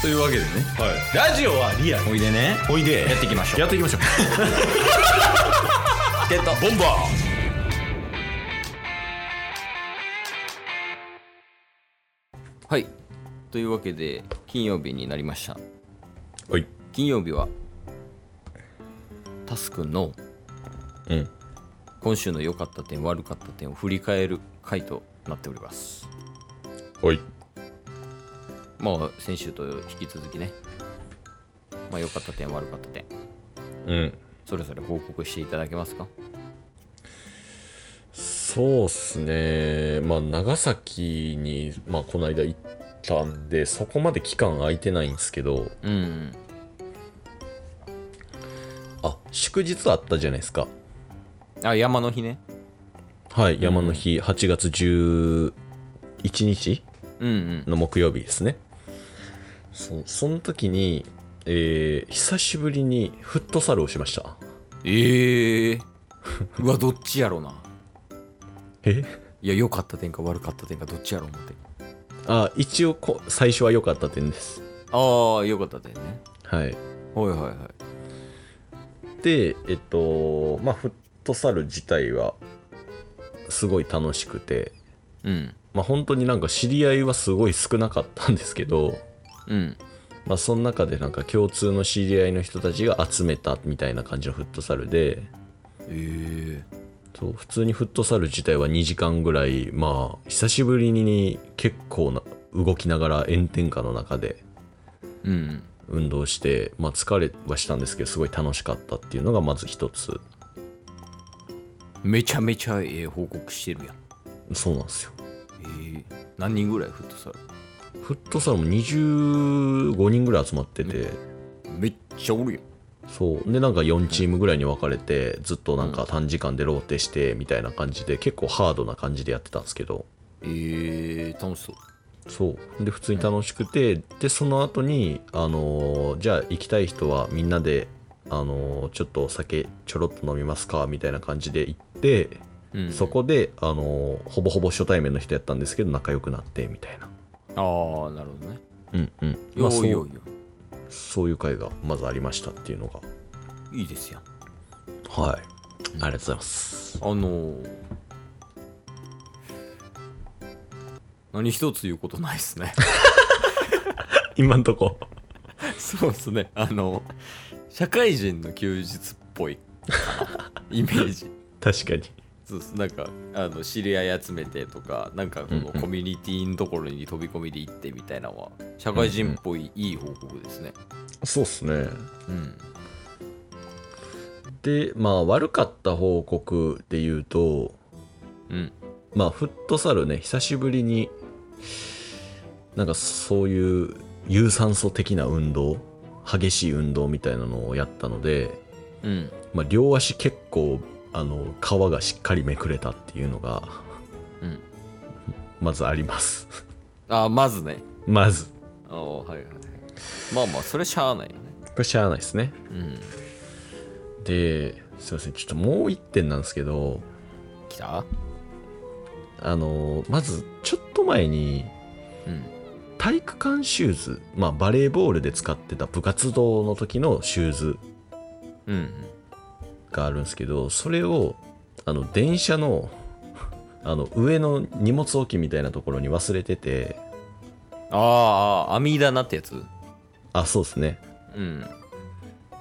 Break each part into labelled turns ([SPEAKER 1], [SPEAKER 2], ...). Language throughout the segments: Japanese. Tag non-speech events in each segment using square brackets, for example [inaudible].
[SPEAKER 1] というわけでね
[SPEAKER 2] はい、ラジオはリアル
[SPEAKER 1] おいでね
[SPEAKER 2] おいで
[SPEAKER 1] やっていきましょう
[SPEAKER 2] やっていきましょう
[SPEAKER 1] ゲット
[SPEAKER 2] ボンバ
[SPEAKER 1] はいというわけで金曜日になりました
[SPEAKER 2] ーはい
[SPEAKER 1] 金曜日はタスくんの
[SPEAKER 2] うん
[SPEAKER 1] 今週の良かった点悪かった点を振り返る回となっております
[SPEAKER 2] はい
[SPEAKER 1] まあ先週と引き続きねまあ良かった点悪かった点
[SPEAKER 2] うん
[SPEAKER 1] それぞれ報告していただけますか
[SPEAKER 2] そうっすねまあ長崎に、まあ、この間行ったんでそこまで期間空いてないんですけど
[SPEAKER 1] うん
[SPEAKER 2] あ祝日あったじゃないですか
[SPEAKER 1] あ山の日ね
[SPEAKER 2] はい山の日8月11日
[SPEAKER 1] うんうん
[SPEAKER 2] の木曜日ですねそその時にえー、久しぶりにフットサルをしました
[SPEAKER 1] ええ [laughs] うわどっちやろな
[SPEAKER 2] え
[SPEAKER 1] いや良かった点か悪かった点かどっちやろ思って
[SPEAKER 2] あ一応こ最初は良かった点です
[SPEAKER 1] ああ良かった点ね
[SPEAKER 2] はい
[SPEAKER 1] はいはいはい
[SPEAKER 2] でえっとまあフットサル自体はすごい楽しくて
[SPEAKER 1] うん
[SPEAKER 2] まあ本当になんか知り合いはすごい少なかったんですけど
[SPEAKER 1] うん
[SPEAKER 2] まあその中でなんか共通の知り合いの人たちが集めたみたいな感じのフットサルで
[SPEAKER 1] ええ
[SPEAKER 2] そう普通にフットサル自体は2時間ぐらいまあ久しぶりに結構な動きながら炎天下の中で
[SPEAKER 1] うん
[SPEAKER 2] 運動して、まあ、疲れはしたんですけどすごい楽しかったっていうのがまず一つ
[SPEAKER 1] めちゃめちゃええ報告してるやん
[SPEAKER 2] そうなんですよ
[SPEAKER 1] ええ何人ぐらいフットサ
[SPEAKER 2] フットサルも25人ぐらい集まってて、
[SPEAKER 1] ルめっちゃおるやん
[SPEAKER 2] そうでなんか4チームぐらいに分かれてずっとなんか短時間でローテしてみたいな感じで結構ハードな感じでやってたんですけど
[SPEAKER 1] ええ楽しそう
[SPEAKER 2] そうで普通に楽しくて、でその後にあのーじゃあ行きたい人はみんなであのーちょっとお酒ちょろっと飲みますかみたいな感じで行って、
[SPEAKER 1] うん
[SPEAKER 2] そこであのーほぼほぼ初対面の人やったんですけど仲良くなってみたいな
[SPEAKER 1] ああなるほどね
[SPEAKER 2] うんうんま
[SPEAKER 1] よ
[SPEAKER 2] あそう
[SPEAKER 1] うようよ
[SPEAKER 2] そういう会がまずありましたっていうのが
[SPEAKER 1] いいですやん
[SPEAKER 2] はい。ありがとうございます。
[SPEAKER 1] あのー、何一つ言うことないっすね
[SPEAKER 2] 今んとこ。
[SPEAKER 1] そうっすねあの社会人の休日っぽ [laughs] いイメージ
[SPEAKER 2] 確かに。
[SPEAKER 1] そうっすなんかあの知り合い集めてとかなんかこ
[SPEAKER 2] うん
[SPEAKER 1] の
[SPEAKER 2] うん
[SPEAKER 1] コミュニティのところに飛び込みで行ってみたいなのは社会人っぽいいい報告ですね
[SPEAKER 2] そうっすね。
[SPEAKER 1] うん
[SPEAKER 2] で、まあ、悪かった報告で言うと、
[SPEAKER 1] うん
[SPEAKER 2] まあ、フットサルね、久しぶりに、なんかそういう有酸素的な運動、激しい運動みたいなのをやったので、
[SPEAKER 1] うん
[SPEAKER 2] まあ、両足結構、あの、皮がしっかりめくれたっていうのが、
[SPEAKER 1] うん
[SPEAKER 2] まずあります。 [laughs]
[SPEAKER 1] あまずね
[SPEAKER 2] まず。
[SPEAKER 1] ああはいはいはいまあまあそれしゃあないよね
[SPEAKER 2] これしゃあないですね。
[SPEAKER 1] うん
[SPEAKER 2] ですいませんちょっともう一点なんですけど
[SPEAKER 1] 来た
[SPEAKER 2] あのまずちょっと前に
[SPEAKER 1] うん
[SPEAKER 2] 体育館シューズ、まあ、バレーボールで使ってた部活動の時のシューズ
[SPEAKER 1] うんうん
[SPEAKER 2] があるんですけどそれをあの電車のあの上の荷物置きみたいなところに忘れてて
[SPEAKER 1] ああ、網棚ってやつ
[SPEAKER 2] あそうですね
[SPEAKER 1] うん。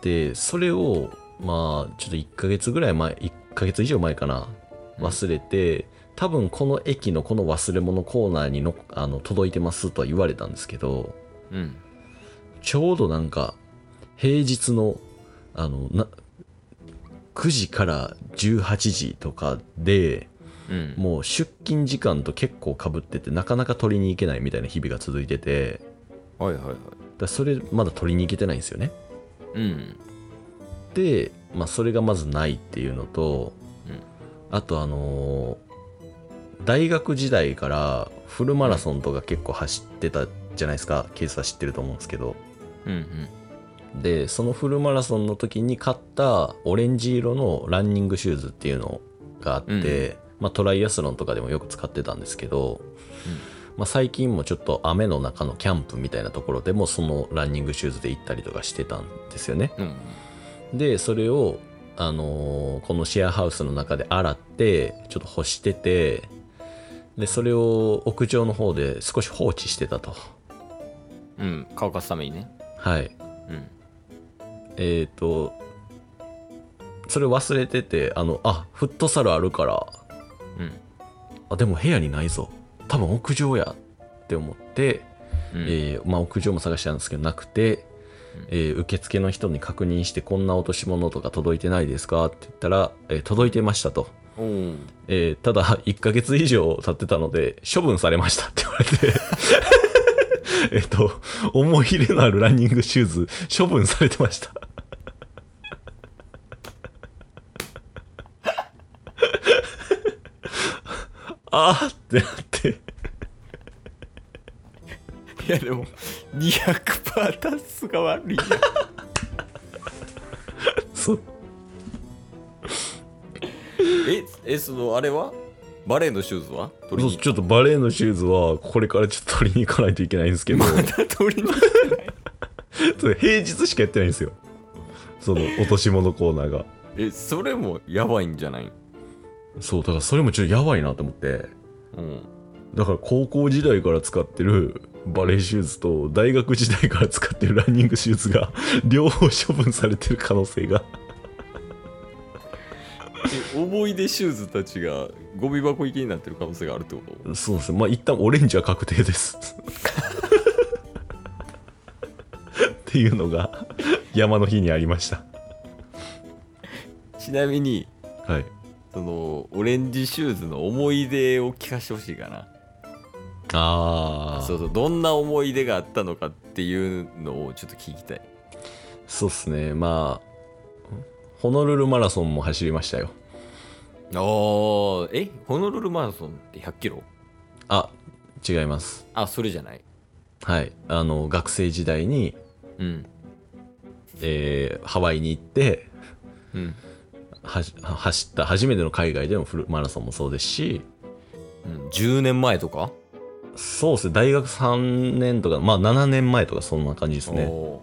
[SPEAKER 2] でそれをまあちょっと1ヶ月ぐらい前1ヶ月以上前かな忘れて多分この駅のこの忘れ物コーナーにのあの届いてますとは言われたんですけど
[SPEAKER 1] うん。
[SPEAKER 2] ちょうどなんか平日のあのな9時から18時とかで
[SPEAKER 1] うん。
[SPEAKER 2] もう出勤時間と結構かぶっててなかなか取りに行けないみたいな日々が続いてて
[SPEAKER 1] はいはいはい。
[SPEAKER 2] だからそれまだ取りに行けてないんですよね
[SPEAKER 1] うん。
[SPEAKER 2] で、まあ、それがまずないっていうのと、
[SPEAKER 1] うん
[SPEAKER 2] あとあのー大学時代からフルマラソンとか結構走ってたじゃないですかケースは知ってると思うんですけど
[SPEAKER 1] うんうん。
[SPEAKER 2] でそのフルマラソンの時に買ったオレンジ色のランニングシューズっていうのがあって、まあ、トライアスロンとかでもよく使ってたんですけ
[SPEAKER 1] う
[SPEAKER 2] ど、
[SPEAKER 1] ん
[SPEAKER 2] まあ、最近もちょっと雨の中のキャンプみたいなところでもそのランニングシューズで行ったりとかしてたんですよね。
[SPEAKER 1] うん
[SPEAKER 2] でそれを、あのーこのシェアハウスの中で洗ってちょっと干しててでそれを屋上の方で少し放置してたと。
[SPEAKER 1] うん乾かすためにね
[SPEAKER 2] はい、
[SPEAKER 1] うん
[SPEAKER 2] えっ、と、それ忘れてて、あの、あ、フットサルあるから、
[SPEAKER 1] うん
[SPEAKER 2] あ、でも部屋にないぞ。多分屋上やって思って、
[SPEAKER 1] うん
[SPEAKER 2] えーまあ屋上も探したんですけど、なくて、えー受付の人に確認して、こんな落とし物とか届いてないですかって言ったら、えー届いてましたと。
[SPEAKER 1] おー
[SPEAKER 2] えーただ、1ヶ [laughs] 月以上経ってたので、処分されましたって言われて、 [laughs] えっと、思い入れのあるランニングシューズ、処分されてました。 [laughs] あーってなって、
[SPEAKER 1] いやでも200%タスが悪いやん
[SPEAKER 2] そう、
[SPEAKER 1] ええそのあれはバレーのシューズは取
[SPEAKER 2] そ
[SPEAKER 1] り
[SPEAKER 2] う
[SPEAKER 1] に
[SPEAKER 2] ちょっとバレーのシューズは、これからちょっと取りに行かないといけないんですけ [laughs] ど、
[SPEAKER 1] [laughs] 取りに
[SPEAKER 2] それ平日しかやってないんですよ。その落とし物コーナーが。
[SPEAKER 1] えそれもやばいんじゃない
[SPEAKER 2] そう、だからそれもちょっとやばいなと思って。
[SPEAKER 1] うん
[SPEAKER 2] だから高校時代から使ってるバレーシューズと大学時代から使ってるランニングシューズが [laughs] 両方処分されてる可能性が
[SPEAKER 1] え思い出シューズたちがゴミ箱行きになってる可能性があるってこと
[SPEAKER 2] そうですねまあ一旦オレンジは確定ですっていうのが山の日にありました
[SPEAKER 1] ちなみに
[SPEAKER 2] はい
[SPEAKER 1] そのオレンジシューズの思い出を聞かせてほしいかな
[SPEAKER 2] ああ
[SPEAKER 1] そうそうどんな思い出があったのかっていうのをちょっと聞きたい
[SPEAKER 2] そうですねまあホノルルマラソンも走りましたよ
[SPEAKER 1] あーえホノルルマラソンって1 0 0キロ
[SPEAKER 2] あ違います
[SPEAKER 1] あそれじゃない
[SPEAKER 2] はいあの学生時代に、
[SPEAKER 1] うん
[SPEAKER 2] えーハワイに行って
[SPEAKER 1] うん
[SPEAKER 2] はし走った初めての海外でのフルマラソンもそうですし
[SPEAKER 1] うん10年前とか
[SPEAKER 2] そうですね大学3年とかまあ7年前とかそんな感じですね
[SPEAKER 1] お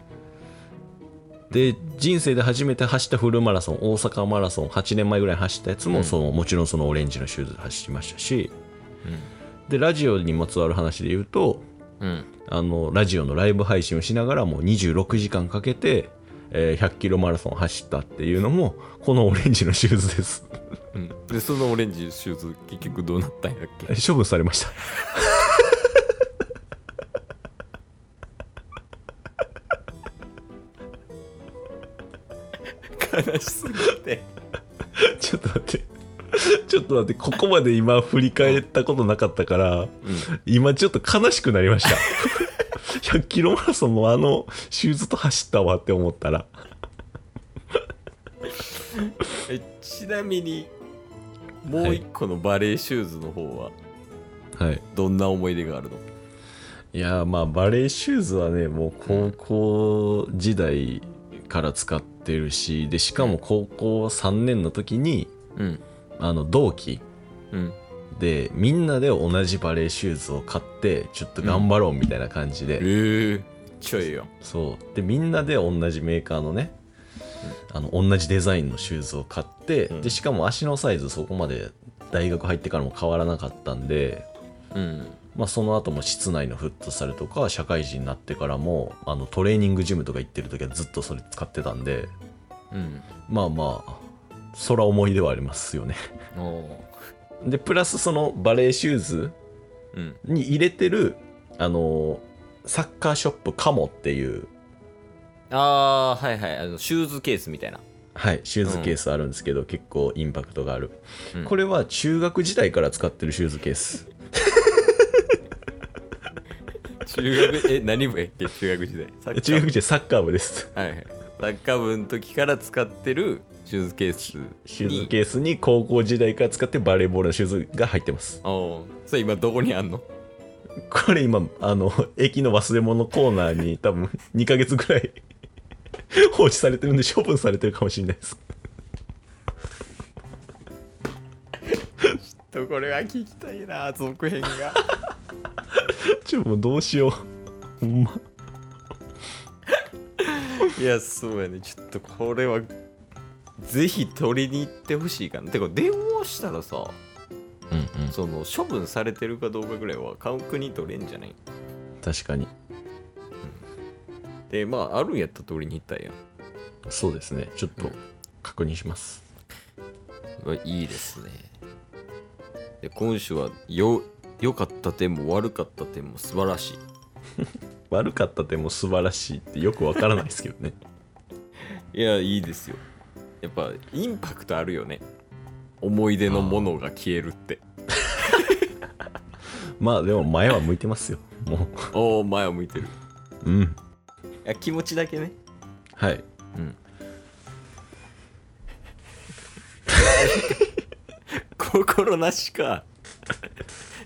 [SPEAKER 2] で人生で初めて走ったフルマラソン大阪マラソン8年前ぐらいに走ったやつ
[SPEAKER 1] う
[SPEAKER 2] も
[SPEAKER 1] ん
[SPEAKER 2] その、もちろんそのオレンジのシューズで走りましたし
[SPEAKER 1] ー
[SPEAKER 2] でラジオにまつわる話で言うと
[SPEAKER 1] うんうん
[SPEAKER 2] あのラジオのライブ配信をしながらもう26時間かけて、え100キロマラソンを走ったっていうのもこのオレンジのシューズです
[SPEAKER 1] うん、でそのオレンジシューズ結局どうなったんやっけ
[SPEAKER 2] 処分されました
[SPEAKER 1] 悲しすぎて
[SPEAKER 2] ちょっと待って。ちょっと待って、ここまで今振り返ったことなかったから、今ちょっと悲しくな
[SPEAKER 1] [laughs]
[SPEAKER 2] りました。100キロマラソンのあのシューズと走ったわって思ったら。
[SPEAKER 1] えちなみにもう一個のバレーシューズの方は
[SPEAKER 2] はい。
[SPEAKER 1] どんな思い出があるの、
[SPEAKER 2] いやー、まあバレーシューズはね、もう高校時代から使ってるし、で、しかも高校3年の時に、
[SPEAKER 1] うん
[SPEAKER 2] あの、同期
[SPEAKER 1] うん、
[SPEAKER 2] で、みんなで同じバレーシューズを買って、ちょっと頑張ろうみたいな感じで、
[SPEAKER 1] ええちょいよ
[SPEAKER 2] そうでみんなで同じメーカーのね、あの同じデザインのシューズを買って、
[SPEAKER 1] うん
[SPEAKER 2] でしかも足のサイズそこまで大学入ってからも変わらなかったんで、
[SPEAKER 1] うん
[SPEAKER 2] まあ、その後も室内のフットサルとか社会人になってからもあのトレーニングジムとか行ってる時はずっとそれ使ってたんで
[SPEAKER 1] うん
[SPEAKER 2] まあまあそら思い出はありますよね [laughs]
[SPEAKER 1] おー
[SPEAKER 2] でプラスそのバレーシューズ
[SPEAKER 1] うん
[SPEAKER 2] に入れてるあのサッカーショップカモっていう
[SPEAKER 1] ああーはいはいあのシューズケースみたいな、
[SPEAKER 2] はい、シューズケースあるんですけど、結構インパクトがある、
[SPEAKER 1] うん
[SPEAKER 2] これは中学時代から使ってるシューズケース
[SPEAKER 1] 中学 [laughs] え何部やっけ中学時代サッカー
[SPEAKER 2] 中学時代サッカー部です
[SPEAKER 1] はいはいサッカー部の時から使ってるシューズケース
[SPEAKER 2] シューズケースに高校時代から使ってバレーボールのシューズが入ってます
[SPEAKER 1] おーそれ今どこにあんの
[SPEAKER 2] これ今あの駅の忘れ物コーナーに多分 [laughs] 2ヶ月ぐらい [laughs] 放置されてるんで処分されてるかもしれないです [laughs]
[SPEAKER 1] とこれは聞きたいな続編が
[SPEAKER 2] ちょもうどうしようほんま
[SPEAKER 1] [laughs] いやそうやねちょっとこれはぜひ取りに行ってほしいかなてか電話したらさ
[SPEAKER 2] うんうん
[SPEAKER 1] その処分されてるかどうかぐらいは確認取れんじゃない
[SPEAKER 2] 確かに
[SPEAKER 1] でまああるんやったら取りに行ったんや
[SPEAKER 2] そうですねちょっと確認します
[SPEAKER 1] うわいいですねで今週はよ良かった点も悪かった点も素晴らしい
[SPEAKER 2] 悪かった点も素晴らしいってよくわからないですけどね [laughs]
[SPEAKER 1] いやいいですよやっぱインパクトあるよね思い出のものが消えるって
[SPEAKER 2] まあでも前は向いてますよも
[SPEAKER 1] おお前を向いてる
[SPEAKER 2] ううん
[SPEAKER 1] いや気持ちだけね
[SPEAKER 2] はい
[SPEAKER 1] うん心なしか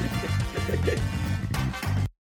[SPEAKER 3] ます